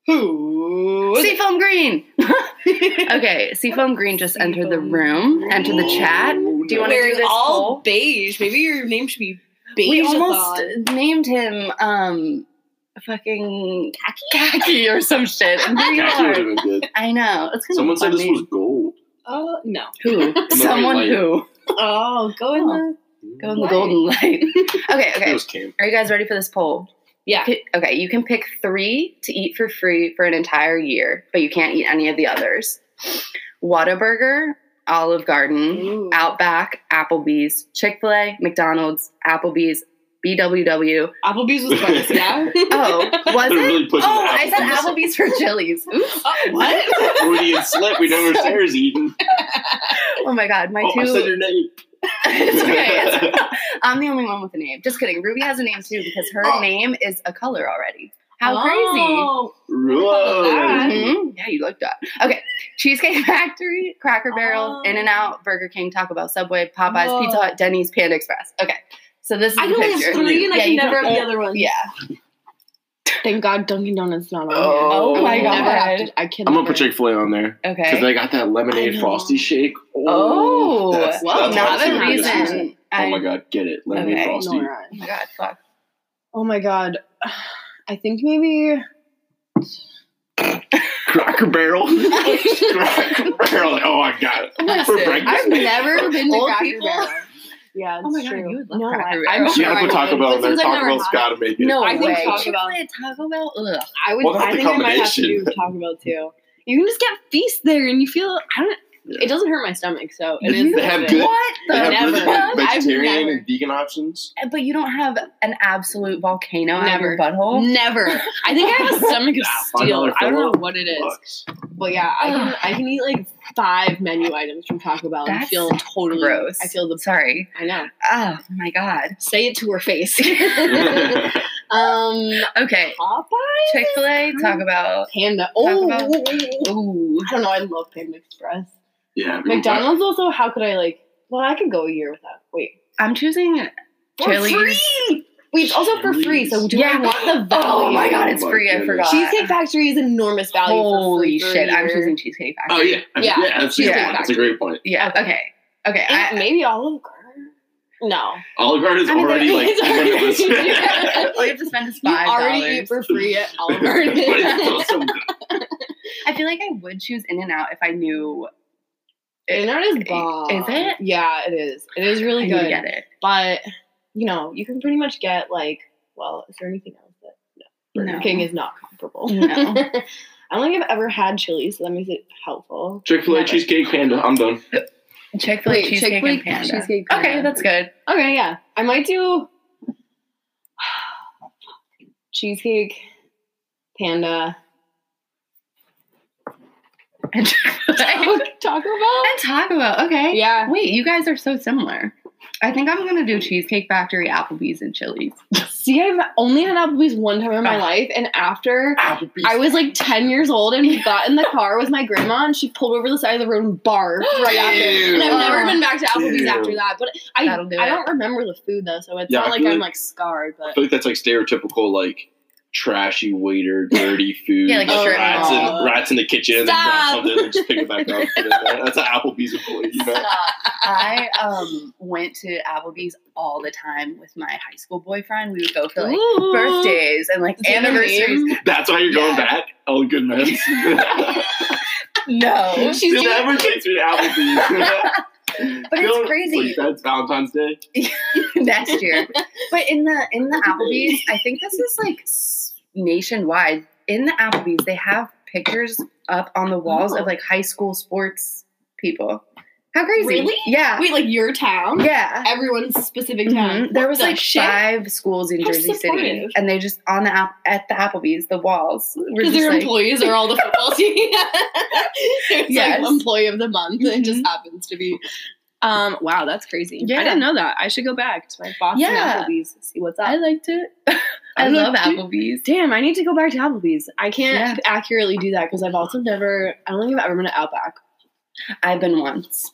Speaker 2: Mm-hmm.
Speaker 1: Who? is
Speaker 2: Seafoam Green.
Speaker 1: it?
Speaker 2: Okay, Seafoam Green just entered the
Speaker 1: Seafoam
Speaker 2: room, entered the chat. Do you want to do
Speaker 1: We're
Speaker 2: this
Speaker 1: all
Speaker 2: poll?
Speaker 1: beige. Maybe your name should be beige.
Speaker 2: We almost named him um fucking khaki, or some shit. And here you
Speaker 3: Khaki
Speaker 2: are.
Speaker 3: would've been good.
Speaker 2: I know. It's kind
Speaker 3: Someone
Speaker 2: of a
Speaker 3: said
Speaker 2: fun
Speaker 3: this was gold.
Speaker 1: Oh no.
Speaker 2: name. who? Someone
Speaker 3: light.
Speaker 2: who?
Speaker 1: Oh, go in the.
Speaker 2: Go in the
Speaker 1: Why?
Speaker 2: golden light. okay,
Speaker 3: It
Speaker 2: okay.
Speaker 3: was camp.
Speaker 2: Are you guys ready for this poll?
Speaker 1: Yeah.
Speaker 2: Okay, okay, you can pick three to eat for free for an entire year, but you can't eat any of the others. Whataburger, Olive Garden,
Speaker 1: Ooh.
Speaker 2: Outback, Applebee's, Chick fil A, McDonald's, Applebee's, BWW.
Speaker 1: Applebee's was close. Yeah.
Speaker 2: Oh, was
Speaker 3: They're
Speaker 2: it?
Speaker 3: really pushing
Speaker 2: Oh,
Speaker 3: the
Speaker 2: I said Applebee's
Speaker 3: Applebee's.
Speaker 2: for Chili's. Oops.
Speaker 1: oh, what?
Speaker 3: Freudian slip. We know where Sarah's eating.
Speaker 2: Oh my god, my
Speaker 3: Oh, I said
Speaker 2: two.
Speaker 3: her name.
Speaker 2: it's okay. it's- I'm the only one with a name. Just kidding. Ruby has a name too because her
Speaker 3: Oh.
Speaker 2: name is a color already. How crazy!
Speaker 1: Oh, Mm-hmm.
Speaker 3: Whoa.
Speaker 2: Mhm. Yeah, you looked up. Okay. Cheesecake Factory, Cracker Barrel,
Speaker 1: Oh.
Speaker 2: In N Out, Burger King, Taco Bell, Subway, Popeyes,
Speaker 1: Whoa.
Speaker 2: Pizza Hut, Denny's, Panda Express. Okay. So this is
Speaker 1: I
Speaker 2: the
Speaker 1: can only have
Speaker 2: picture.
Speaker 1: three, and I
Speaker 2: Yeah,
Speaker 1: can
Speaker 2: you
Speaker 1: never
Speaker 2: don't-
Speaker 1: have the other one.
Speaker 2: Yeah.
Speaker 1: Thank God Dunkin' Donuts not on. here.
Speaker 2: Oh
Speaker 1: I
Speaker 3: my
Speaker 1: would never
Speaker 2: God.
Speaker 1: have to- I can.
Speaker 3: I'm gonna
Speaker 1: never-
Speaker 3: put Chick Fil A on there because
Speaker 2: Okay.
Speaker 3: they got that
Speaker 1: I
Speaker 3: lemonade
Speaker 1: know.
Speaker 3: frosty shake.
Speaker 2: Oh,
Speaker 3: that's,
Speaker 1: Whoa,
Speaker 3: that's
Speaker 1: not
Speaker 3: what
Speaker 1: the
Speaker 2: another
Speaker 3: I'm serious
Speaker 1: reason.
Speaker 2: reason. I,
Speaker 3: Oh my god, get it, lemonade
Speaker 2: Okay.
Speaker 3: frosty.
Speaker 1: Ignore it.
Speaker 2: oh my god, fuck.
Speaker 1: Oh my god. I think maybe
Speaker 3: Cracker Barrel. Cracker Barrel. Oh, I got it. For
Speaker 2: Listen,
Speaker 3: breakfast.
Speaker 2: I've never been to
Speaker 1: Old
Speaker 2: Cracker
Speaker 1: people?
Speaker 2: Barrel.
Speaker 1: Yeah, it's
Speaker 2: Oh my God,
Speaker 1: true.
Speaker 2: you would love
Speaker 1: no,
Speaker 2: Cracker
Speaker 1: I,
Speaker 2: Barrel.
Speaker 1: I'm
Speaker 3: You
Speaker 1: sure
Speaker 3: gotta put
Speaker 1: I
Speaker 3: Taco
Speaker 1: would.
Speaker 3: Bell on
Speaker 1: But
Speaker 3: there.
Speaker 1: since I've
Speaker 3: Taco
Speaker 1: never
Speaker 3: Bell's
Speaker 1: had
Speaker 3: gotta make it.
Speaker 2: No
Speaker 1: I think
Speaker 2: way.
Speaker 1: Taco Bell.
Speaker 2: Chick-fil-A, Taco Bell. Ugh.
Speaker 1: it, I would
Speaker 3: We'll have
Speaker 1: I
Speaker 3: the
Speaker 1: think I might have to do
Speaker 3: combination.
Speaker 1: Taco Bell too. You can just get feast there and you feel I don't it doesn't hurt my stomach, so it
Speaker 3: They
Speaker 1: is
Speaker 3: have
Speaker 1: worth it.
Speaker 3: good-
Speaker 2: What the
Speaker 3: They
Speaker 1: Never.
Speaker 3: have really good
Speaker 2: fuck?
Speaker 1: I've
Speaker 3: vegetarian
Speaker 1: never-
Speaker 3: and vegan options.
Speaker 2: But you don't have an absolute volcano out of
Speaker 1: Never.
Speaker 2: your butthole.
Speaker 1: Never. I think I have a stomach of
Speaker 3: five
Speaker 1: steel.
Speaker 3: dollar
Speaker 1: I don't know
Speaker 3: fill-up.
Speaker 1: what it is.
Speaker 3: Bucks.
Speaker 1: But yeah, I can I can eat like five menu items from Taco Bell and
Speaker 2: That's
Speaker 1: feel totally
Speaker 2: Gross.
Speaker 1: I feel the
Speaker 2: sorry.
Speaker 1: I know.
Speaker 2: Oh my god.
Speaker 1: Say it to her face.
Speaker 3: I
Speaker 1: um
Speaker 2: Okay.
Speaker 1: Popeye?
Speaker 2: Chick Fil A. Talk about.
Speaker 1: Panda.
Speaker 2: Taco
Speaker 1: Oh,
Speaker 2: Bell. Oh Ooh.
Speaker 1: I don't know. I love Panda Express.
Speaker 3: Yeah, we-
Speaker 1: McDonald's also. How could I like? Well, I could go a year without. Wait,
Speaker 2: I'm choosing. Chili's.
Speaker 1: free. Wait, it's also for free. So do
Speaker 2: Yeah.
Speaker 1: I want the value?
Speaker 2: Oh my god, it's
Speaker 3: Oh my
Speaker 2: free. I
Speaker 3: goodness.
Speaker 2: forgot.
Speaker 1: Cheesecake Factory is enormous value. for
Speaker 2: Holy
Speaker 1: free for a
Speaker 2: shit! I'm
Speaker 1: year.
Speaker 2: choosing Cheesecake Factory.
Speaker 3: Oh yeah, I mean,
Speaker 1: Yeah.
Speaker 3: yeah, that's a good
Speaker 2: Yeah.
Speaker 3: one. That's a great point.
Speaker 2: Oh, Yeah. Okay. Okay.
Speaker 1: And
Speaker 2: I,
Speaker 1: maybe Olive Garden. No,
Speaker 3: Olive Garden is
Speaker 2: I mean,
Speaker 3: already like
Speaker 1: it's already-
Speaker 3: limitless.
Speaker 1: Yeah.
Speaker 2: all you have to spend is
Speaker 1: you
Speaker 2: five
Speaker 1: already eat
Speaker 2: dollars.
Speaker 1: for free at Olive
Speaker 3: but it's
Speaker 1: Garden.
Speaker 3: still so good.
Speaker 2: I feel like I would choose In and Out if I knew.
Speaker 1: And that is bomb.
Speaker 2: Is it?
Speaker 1: Yeah, it is. It is
Speaker 2: I
Speaker 1: really
Speaker 2: need to
Speaker 1: good.
Speaker 2: get it.
Speaker 1: But you know, you can pretty much get like. Well, is there anything else that Burger
Speaker 2: No.
Speaker 1: King is not comparable?
Speaker 2: No.
Speaker 1: I don't think I've ever had chili, so that makes it helpful.
Speaker 3: Chick Fil A
Speaker 2: Never.
Speaker 3: cheesecake panda. I'm done.
Speaker 2: Chick Fil A
Speaker 1: Wait,
Speaker 2: cheesecake
Speaker 1: Chick-fil-A
Speaker 2: and panda.
Speaker 1: cheesecake
Speaker 2: Okay,
Speaker 1: panda.
Speaker 2: that's good.
Speaker 1: Okay, yeah. I might do cheesecake, panda,
Speaker 2: and Chick-fil-A. and
Speaker 1: Taco Bell.
Speaker 2: Taco Bell. Okay.
Speaker 1: Yeah.
Speaker 2: Wait, you guys are so similar. I think I'm gonna do Cheesecake Factory, Applebee's, and Chili's.
Speaker 1: See, I've only had Applebee's one time in my
Speaker 2: Ugh.
Speaker 1: life, and after
Speaker 3: Applebee's.
Speaker 1: I was like 10 years old and we got in the car with my grandma and she pulled over the side of the road and barfed right after.
Speaker 3: Ew.
Speaker 1: And I've never
Speaker 2: Oh.
Speaker 1: been back to Applebee's
Speaker 3: Ew.
Speaker 1: after that. But I
Speaker 2: That'll do
Speaker 1: I
Speaker 2: it.
Speaker 1: don't remember the food though, so it's
Speaker 3: Yeah,
Speaker 1: not
Speaker 3: I
Speaker 1: like
Speaker 3: feel
Speaker 1: I'm
Speaker 3: like-
Speaker 1: like scarred,
Speaker 3: I
Speaker 1: but
Speaker 3: feel like that's like stereotypical like trashy waiter, dirty food.
Speaker 2: Yeah, like
Speaker 1: a strip
Speaker 3: rats,
Speaker 1: mall.
Speaker 3: in, rats in the kitchen and drop
Speaker 1: Stop.
Speaker 3: something and just pick it back up. and put it there. That's an Applebee's employee, you know.
Speaker 2: I um went to Applebee's all the time with my high school boyfriend. We would go for like
Speaker 1: Ooh.
Speaker 2: birthdays and like
Speaker 1: Is he the
Speaker 2: anniversaries.
Speaker 1: name?
Speaker 3: That's why you're going back. Oh, good man.
Speaker 2: No,
Speaker 1: She's
Speaker 3: Still
Speaker 1: doing-
Speaker 3: never takes me to Applebee's.
Speaker 2: but
Speaker 3: Still,
Speaker 2: it's crazy.
Speaker 3: Like, that's Valentine's Day.
Speaker 2: next year. But in the in the Applebee's, I think this is like s- nationwide. In the Applebee's, they have pictures up on the walls
Speaker 1: Oh.
Speaker 2: of like high school sports people. How crazy!
Speaker 1: Really?
Speaker 2: Yeah,
Speaker 1: Wait, like your town?
Speaker 2: yeah.
Speaker 1: Everyone's specific town.
Speaker 2: Mhm. There
Speaker 1: What
Speaker 2: was
Speaker 1: the
Speaker 2: like
Speaker 1: shit?
Speaker 2: five schools in
Speaker 1: How
Speaker 2: Jersey City,
Speaker 1: supportive.
Speaker 2: and they just on the app at the Applebee's, the walls were
Speaker 1: Because
Speaker 2: just
Speaker 1: their
Speaker 2: like,
Speaker 1: employees are all the football team. it's
Speaker 2: Yes. Mm-hmm.
Speaker 1: like employee of the month. It just happens to be. Um, wow, that's crazy.
Speaker 2: Yeah.
Speaker 1: I didn't know that. I should go back to my Boston
Speaker 2: Yeah.
Speaker 1: Applebee's to see what's up.
Speaker 2: I liked it. I,
Speaker 1: I
Speaker 2: love
Speaker 1: loved it.
Speaker 2: Applebee's.
Speaker 1: Damn, I need to go back to Applebee's. I
Speaker 2: Yeah.
Speaker 1: can't accurately do that because I've also never, I don't think I've ever been to Outback.
Speaker 2: I've been once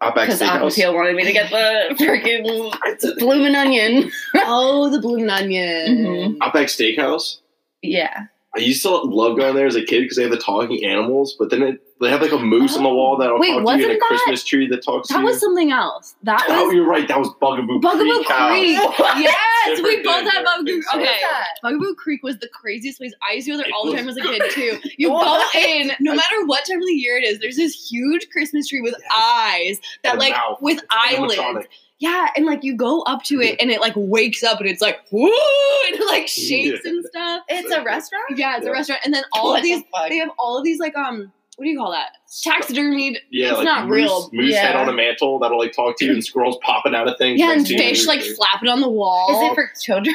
Speaker 3: Outback
Speaker 2: because Apple
Speaker 3: Steakhouse.
Speaker 2: Peel wanted me to get the freaking bloomin' onion.
Speaker 1: oh, the Bloomin' Onion.
Speaker 2: Mm-hmm.
Speaker 3: Outback Steakhouse.
Speaker 2: Yeah.
Speaker 3: I used to love going there as a kid because they have the talking animals, but then it, they have like a moose on the
Speaker 1: Oh.
Speaker 3: wall that'll
Speaker 1: Wait,
Speaker 3: talk to you and a
Speaker 1: wasn't that-
Speaker 3: Christmas tree that talks to
Speaker 1: That
Speaker 3: you.
Speaker 1: was something else. That
Speaker 3: oh,
Speaker 1: was
Speaker 3: you're right. That was Bugaboo
Speaker 1: Bugaboo
Speaker 3: Creek. House.
Speaker 1: Creek.
Speaker 2: What?
Speaker 1: Yes, we
Speaker 3: Different
Speaker 1: both had
Speaker 3: thing, different
Speaker 1: Bugaboo.
Speaker 3: thing, sorry.
Speaker 1: Okay,
Speaker 2: that?
Speaker 1: Bugaboo Creek was the craziest place. I used to go there
Speaker 3: It
Speaker 1: all the
Speaker 3: was
Speaker 1: time as a kid too. You go
Speaker 2: What?
Speaker 1: in, no matter what time of the year it is. There's this huge Christmas tree with
Speaker 3: Yes.
Speaker 1: eyes that
Speaker 3: And a
Speaker 1: like
Speaker 3: mouth.
Speaker 1: with eyelids.
Speaker 3: Animatronic.
Speaker 1: Yeah, and like you go up to it and it like wakes up and it's like woo and it like shakes and stuff.
Speaker 2: It's a restaurant.
Speaker 1: Yeah, it's a
Speaker 3: Yeah.
Speaker 1: restaurant, and then all
Speaker 2: What
Speaker 1: of
Speaker 2: the
Speaker 1: these
Speaker 2: fuck?
Speaker 1: they have all of these like um what do you call that taxidermied
Speaker 3: Yeah,
Speaker 1: It's
Speaker 3: like
Speaker 1: not
Speaker 3: moose,
Speaker 1: real.
Speaker 3: Moose head
Speaker 2: Yeah.
Speaker 3: on a mantle that'll like talk to you, and squirrels popping out of things.
Speaker 1: yeah
Speaker 3: like,
Speaker 1: and
Speaker 3: to you.
Speaker 1: fish like flapping on the wall.
Speaker 2: Is it for children?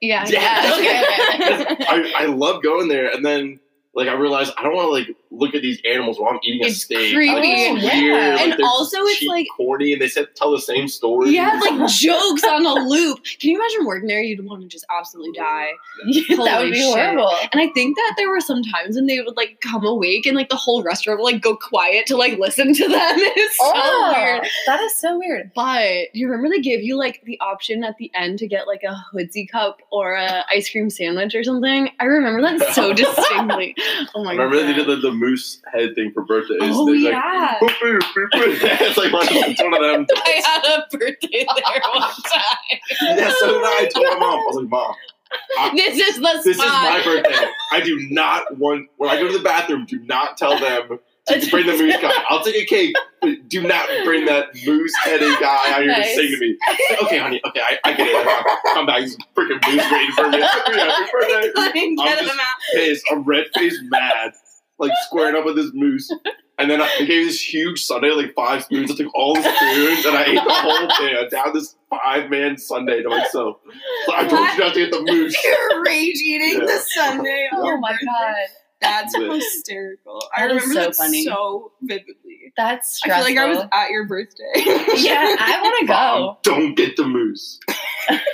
Speaker 1: yeah,
Speaker 3: Yeah.
Speaker 1: yeah.
Speaker 2: Okay,
Speaker 3: I, I love going there, and then like I realized I don't want to like look at these animals while I'm eating a
Speaker 1: It's
Speaker 3: steak.
Speaker 1: creepy.
Speaker 3: Like, it's
Speaker 2: Yeah.
Speaker 3: weird. like,
Speaker 1: And
Speaker 3: they're
Speaker 1: also it's,
Speaker 3: cheap,
Speaker 1: like-
Speaker 3: corny, and they said tell the same story.
Speaker 1: Yeah, it's like jokes on a loop. Can you imagine working there? You'd want to just absolutely die.
Speaker 2: that
Speaker 1: Holy
Speaker 2: would be
Speaker 1: shit.
Speaker 2: horrible.
Speaker 1: And I think that there were some times when they would like come awake and like the whole restaurant would like go quiet to like listen to them. It's so
Speaker 2: Oh.
Speaker 1: weird.
Speaker 2: that is so weird.
Speaker 1: But do you remember they gave you like the option at the end to get like a hoodsy cup or a ice cream sandwich or something? I remember that so distinctly. Oh my
Speaker 3: Remember
Speaker 1: god.
Speaker 3: they did the, the moose head thing for birthdays.
Speaker 1: Oh
Speaker 3: There's, like,
Speaker 1: yeah.
Speaker 3: boop, boop, boop, boop. it's like one of them- it's one of them.
Speaker 1: I had a birthday there one time.
Speaker 3: Yeah, so then I told my mom, I was like, Mom,
Speaker 1: This is the
Speaker 3: this is my
Speaker 1: spot.
Speaker 3: birthday. I do not want when I go to the bathroom, do not tell them to bring the moose guy. I'll take a cake, but do not bring that moose headed guy out here
Speaker 2: Nice.
Speaker 3: to sing to me. Okay, honey, okay, I, I get it. Come back, this freaking moose waiting for me. Happy birthday.
Speaker 1: Couldn't
Speaker 3: I'm
Speaker 1: get
Speaker 3: just-
Speaker 1: them out.
Speaker 3: Pissed, I'm red faced mad, like squaring up with this moose. And then I they gave me this huge Sunday, like five spoons. I took all the spoons and I ate the whole thing. I down this five man Sunday to myself. So I told you not to get the moose.
Speaker 1: You're rage eating
Speaker 3: Yeah.
Speaker 1: the Sunday.
Speaker 2: Oh
Speaker 1: on your birthday. That's
Speaker 3: Yeah.
Speaker 1: hysterical. I
Speaker 2: That is
Speaker 1: remember
Speaker 2: so
Speaker 1: that
Speaker 2: funny.
Speaker 1: so vividly.
Speaker 2: that's
Speaker 1: I
Speaker 2: stressful.
Speaker 1: feel like I was at your birthday.
Speaker 2: yeah, I want to
Speaker 3: Mom,
Speaker 2: go.
Speaker 3: don't get the moose.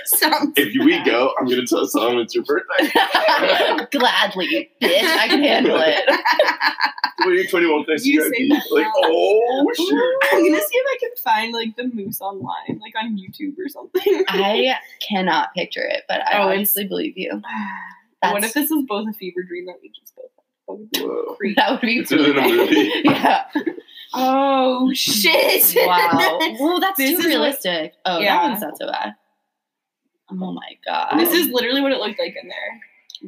Speaker 1: Sounds
Speaker 3: If you we go, I'm gonna tell someone it's your birthday.
Speaker 2: Gladly, bitch. I can handle it.
Speaker 3: What are you 21 next
Speaker 1: You
Speaker 3: year?
Speaker 1: say
Speaker 3: Abby?
Speaker 1: that
Speaker 3: Like,
Speaker 1: now.
Speaker 3: oh shoot.
Speaker 1: I'm gonna see if I can find like the moose online, like on YouTube or something.
Speaker 2: I cannot picture it, but I
Speaker 1: Oh, it's-
Speaker 2: honestly believe you.
Speaker 1: what
Speaker 2: That's,
Speaker 1: if this is both a fever dream that we just both had? That would be
Speaker 3: Whoa.
Speaker 1: creepy.
Speaker 2: that would be
Speaker 3: It's in a movie.
Speaker 2: yeah.
Speaker 1: Oh shit!
Speaker 2: Wow. Well, that's
Speaker 1: This
Speaker 2: too
Speaker 1: is what-
Speaker 2: realistic. oh,
Speaker 1: Yeah.
Speaker 2: that one's not so bad. Oh my god.
Speaker 1: this is literally what it looked like in there.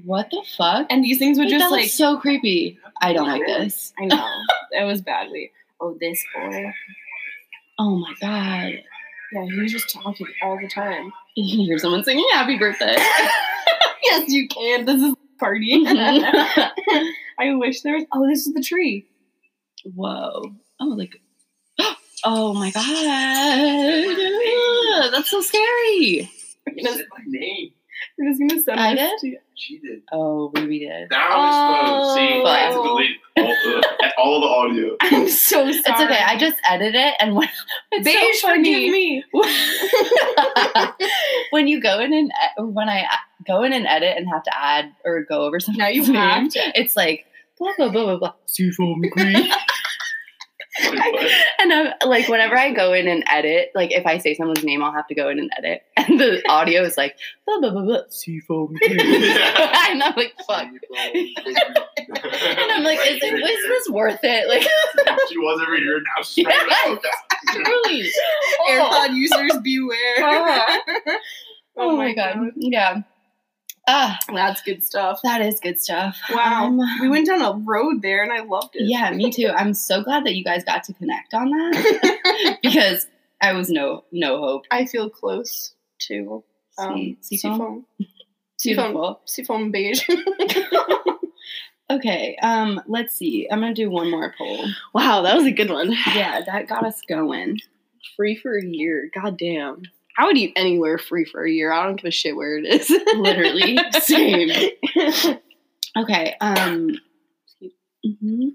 Speaker 2: what the fuck?
Speaker 1: And these things would
Speaker 2: Wait,
Speaker 1: just
Speaker 2: that looks
Speaker 1: like
Speaker 2: so creepy. I don't like this.
Speaker 1: I know that was badly. Oh, this boy.
Speaker 2: Oh my god.
Speaker 1: Yeah, he was just talking all the time.
Speaker 2: You can hear someone singing happy birthday.
Speaker 1: Yes, you can. This is party.
Speaker 2: Mm-hmm.
Speaker 1: Mm-hmm. I wish there was. Oh, this is the tree.
Speaker 2: Whoa. Oh like Oh my god. That's so scary.
Speaker 1: Yes.
Speaker 3: my name.
Speaker 1: We're just gonna send
Speaker 2: I
Speaker 1: this
Speaker 2: did?
Speaker 1: to you.
Speaker 3: She did.
Speaker 2: Oh, Ruby did.
Speaker 3: Now I'm exposed. See,
Speaker 1: Oh.
Speaker 3: I have to delete all the, all the audio.
Speaker 1: I'm so sorry.
Speaker 2: It's okay. I just edit it, and when it's so
Speaker 1: Beige, forgive
Speaker 2: funny.
Speaker 1: me.
Speaker 2: when you go in and e- when I a- go in and edit and have to add or go over something,
Speaker 1: Now you
Speaker 2: to me,
Speaker 1: have
Speaker 2: It's like blah blah blah blah blah. Seafoam green.
Speaker 3: Like, what?
Speaker 2: and I'm like, whenever I go in and edit, like if I say someone's name, I'll have to go in and edit, and the audio is like blah blah blah blah. Seafoam green.
Speaker 3: Yeah.
Speaker 2: and I'm like, fuck. And
Speaker 3: and
Speaker 2: I'm like, is it, is this worth it? Like,
Speaker 3: She was every year. Now she's trying to
Speaker 2: really?
Speaker 1: AirPod users beware. Uh-huh.
Speaker 2: Oh, my god. Yeah. Ah,
Speaker 1: That's good stuff.
Speaker 2: that is good stuff.
Speaker 1: Wow.
Speaker 2: Um,
Speaker 1: we went down a road there and I loved it.
Speaker 2: yeah, me too. I'm so glad that you guys got to connect on that because I was no no hope.
Speaker 1: I feel close to um,
Speaker 2: See, Oh, see, phone?
Speaker 1: seafoam. Seafoam,
Speaker 2: Beautiful.
Speaker 1: seafoam beige.
Speaker 2: Okay, um, let's see. I'm gonna do one more poll.
Speaker 1: wow, that was a good one.
Speaker 2: Yeah, that got us going.
Speaker 1: Free for a year. God damn. I would eat anywhere free for a year. I don't give a shit where it is.
Speaker 2: Literally, same. Okay, um, mhm.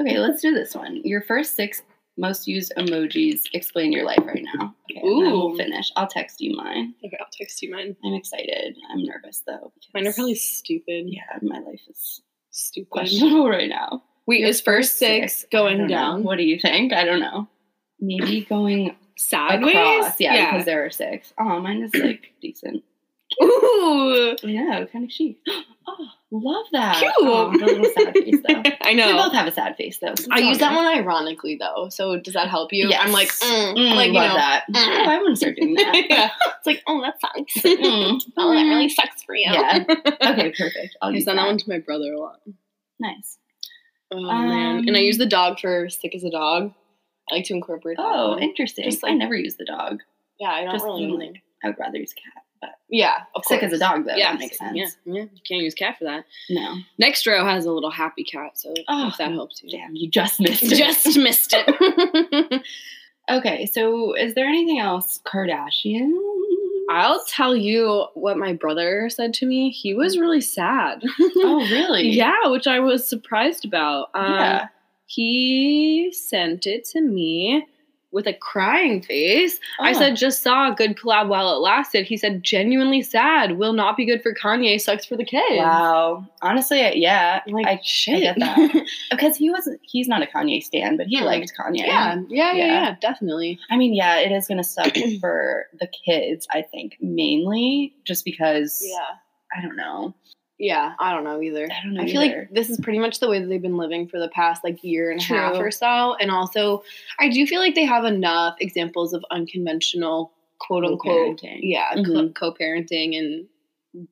Speaker 2: okay, let's do this one. Your first six most used emojis explain your life right now. Okay, and then we'll
Speaker 1: Ooh.
Speaker 2: finish. I'll text you mine.
Speaker 1: Okay, I'll text you mine.
Speaker 2: I'm excited. I'm nervous though.
Speaker 1: Mine are
Speaker 2: because-
Speaker 1: probably stupid.
Speaker 2: yeah, my life is
Speaker 1: Stupid.
Speaker 2: questionable right now.
Speaker 1: Wait,
Speaker 2: Your
Speaker 1: is first six,
Speaker 2: I
Speaker 1: going
Speaker 2: don't know.
Speaker 1: down?
Speaker 2: What do you think? I don't know. Maybe going
Speaker 1: Sideways?
Speaker 2: across. Yeah, because there are six. Oh, mine is like decent.
Speaker 1: Ooh.
Speaker 2: Yeah, kind of chic. Oh, love that.
Speaker 1: Cute.
Speaker 2: Oh, the little sad face though.
Speaker 1: I
Speaker 2: We
Speaker 1: know.
Speaker 2: both have a sad face though. so it's
Speaker 1: I
Speaker 2: all
Speaker 1: use that
Speaker 2: good.
Speaker 1: one ironically though. So does that help you?
Speaker 2: Yes.
Speaker 1: I'm like, mm,
Speaker 2: Mm,
Speaker 1: like you
Speaker 2: love
Speaker 1: know.
Speaker 2: that.
Speaker 1: mm.
Speaker 2: Oh, I want to start doing that.
Speaker 1: yeah.
Speaker 4: It's like, oh, that sucks.
Speaker 2: Mm.
Speaker 4: Oh, that really sucks for you.
Speaker 2: Yeah. Okay, perfect. I'll
Speaker 1: I
Speaker 2: use
Speaker 1: send
Speaker 2: that.
Speaker 1: that one to my brother a lot.
Speaker 2: Nice.
Speaker 1: Oh man. And I
Speaker 2: Um,
Speaker 1: use the dog for sick as a dog. I like to incorporate that.
Speaker 2: Oh,
Speaker 1: one.
Speaker 2: interesting.
Speaker 1: Just
Speaker 2: I
Speaker 1: like-
Speaker 2: never use the dog.
Speaker 1: yeah, I don't
Speaker 2: just
Speaker 1: really
Speaker 2: the, like,
Speaker 1: like-
Speaker 2: I would rather use cat, but
Speaker 1: Yeah, of
Speaker 2: sick
Speaker 1: course.
Speaker 2: as a dog though.
Speaker 1: yeah,
Speaker 2: that makes
Speaker 1: sick-
Speaker 2: sense.
Speaker 1: Yeah, yeah. You can't use cat for that.
Speaker 2: No.
Speaker 1: Next row has a little happy cat, so
Speaker 2: Oh,
Speaker 1: if that helps you.
Speaker 2: Damn, you just missed it.
Speaker 1: Just missed it.
Speaker 2: Okay, so is there anything else Kardashian?
Speaker 1: I'll tell you what my brother said to me. He was really sad.
Speaker 2: Oh, Mm. really?
Speaker 1: yeah, which I was surprised about. Um,
Speaker 2: Yeah.
Speaker 1: He sent it to me with a crying face. I
Speaker 2: Oh.
Speaker 1: said, just saw a good collab while it lasted. He said, genuinely sad. Will not be good for Kanye. Sucks for the kids.
Speaker 2: Oh. wow. Honestly, I- yeah.
Speaker 1: I'm Like,
Speaker 2: I,
Speaker 1: shit.
Speaker 2: I get that. because he wasn't, he's not a Kanye stan, but he
Speaker 1: Mm.
Speaker 2: liked Kanye.
Speaker 1: yeah, yeah, yeah,
Speaker 2: Yeah.
Speaker 1: yeah, definitely.
Speaker 2: I mean, yeah, it is going to suck for the kids, I think, mainly just because, I don't know.
Speaker 1: Yeah, I don't know either.
Speaker 2: I don't know.
Speaker 1: I feel
Speaker 2: either.
Speaker 1: like this is pretty much the way that they've been living for the past like year and a
Speaker 2: True.
Speaker 1: half or so. And also, I do feel like they have enough examples of unconventional, quote unquote,
Speaker 2: Co-parenting.
Speaker 1: yeah,
Speaker 2: Mhm.
Speaker 1: co parenting and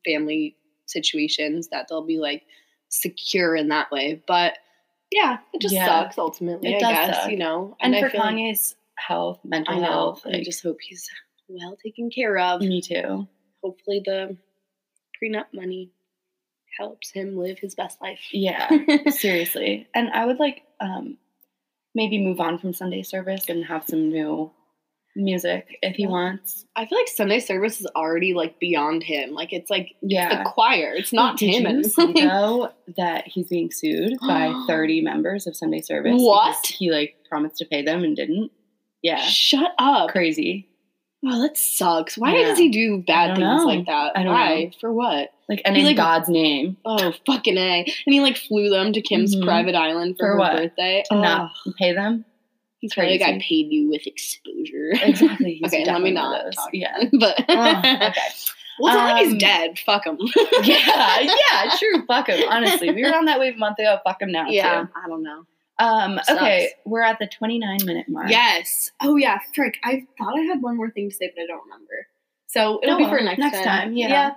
Speaker 1: family situations that they'll be like secure in that way. But yeah, it just
Speaker 2: Yeah.
Speaker 1: sucks ultimately,
Speaker 2: It
Speaker 1: I
Speaker 2: does
Speaker 1: guess,
Speaker 2: suck.
Speaker 1: you know.
Speaker 2: And,
Speaker 1: I
Speaker 2: for
Speaker 1: feel like-
Speaker 2: Kanye's health, mental
Speaker 1: I know.
Speaker 2: health,
Speaker 1: I
Speaker 2: like, Mm.
Speaker 1: just hope he's well taken care of.
Speaker 2: me too.
Speaker 1: Hopefully, the prenup money helps him live his best life.
Speaker 2: Yeah. seriously and i would like um maybe move on from sunday service and have some new music if he
Speaker 1: Yeah.
Speaker 2: wants
Speaker 1: I feel like Sunday service is already like beyond him. Like it's like
Speaker 2: yeah
Speaker 1: the choir. It's not
Speaker 2: Did
Speaker 1: him.
Speaker 2: you
Speaker 1: and-
Speaker 2: see, though that he's being sued by 30 members of sunday service because
Speaker 1: What?
Speaker 2: he like promised to pay them and didn't yeah
Speaker 1: Shut up.
Speaker 2: crazy
Speaker 1: Wow, that sucks. Why
Speaker 2: Yeah.
Speaker 1: does he do bad
Speaker 2: I
Speaker 1: things
Speaker 2: don't know.
Speaker 1: like that?
Speaker 2: I don't
Speaker 1: Why?
Speaker 2: know.
Speaker 1: For what?
Speaker 2: like and
Speaker 1: He,
Speaker 2: in
Speaker 1: like-
Speaker 2: god's name
Speaker 1: Oh, fucking A. And he like flew them to Kim's
Speaker 2: Mhm.
Speaker 1: private island for,
Speaker 2: For
Speaker 1: her
Speaker 2: what?
Speaker 1: birthday.
Speaker 2: to not
Speaker 1: Ugh,
Speaker 2: pay them
Speaker 1: he's probably like, I
Speaker 2: crazy.
Speaker 1: paid you with exposure.
Speaker 2: exactly he's
Speaker 1: okay, let
Speaker 2: definitely one
Speaker 1: me not
Speaker 2: of those.
Speaker 1: talk.
Speaker 2: yeah
Speaker 1: But
Speaker 2: oh, okay
Speaker 1: well, it's not like
Speaker 2: Um,
Speaker 1: he's dead. Fuck him.
Speaker 2: Oh, yeah yeah true fuck him honestly we were on that wave a month ago fuck him now too.
Speaker 1: yeah, I don't know.
Speaker 2: Um,
Speaker 1: Sucks.
Speaker 2: okay, we're at the 29 minute mark.
Speaker 1: Yes. Oh yeah, frick. I thought I had one more thing to say, but I don't remember. So it'll
Speaker 2: No,
Speaker 1: be for next,
Speaker 2: next time, yeah.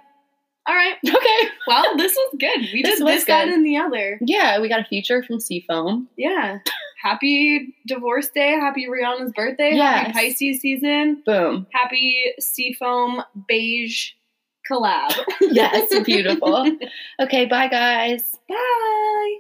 Speaker 1: All right.
Speaker 2: Okay.
Speaker 1: Well, this was good. We
Speaker 2: This
Speaker 1: did
Speaker 2: was
Speaker 1: this, that,
Speaker 2: good.
Speaker 1: and the other.
Speaker 2: Yeah, we got a feature from Seafoam.
Speaker 1: Yeah. Happy divorce day. Happy Rihanna's birthday. Happy
Speaker 2: Yes.
Speaker 1: Pisces season.
Speaker 2: Boom.
Speaker 1: Happy seafoam beige collab.
Speaker 2: Yes, beautiful. okay, bye guys.
Speaker 1: Bye.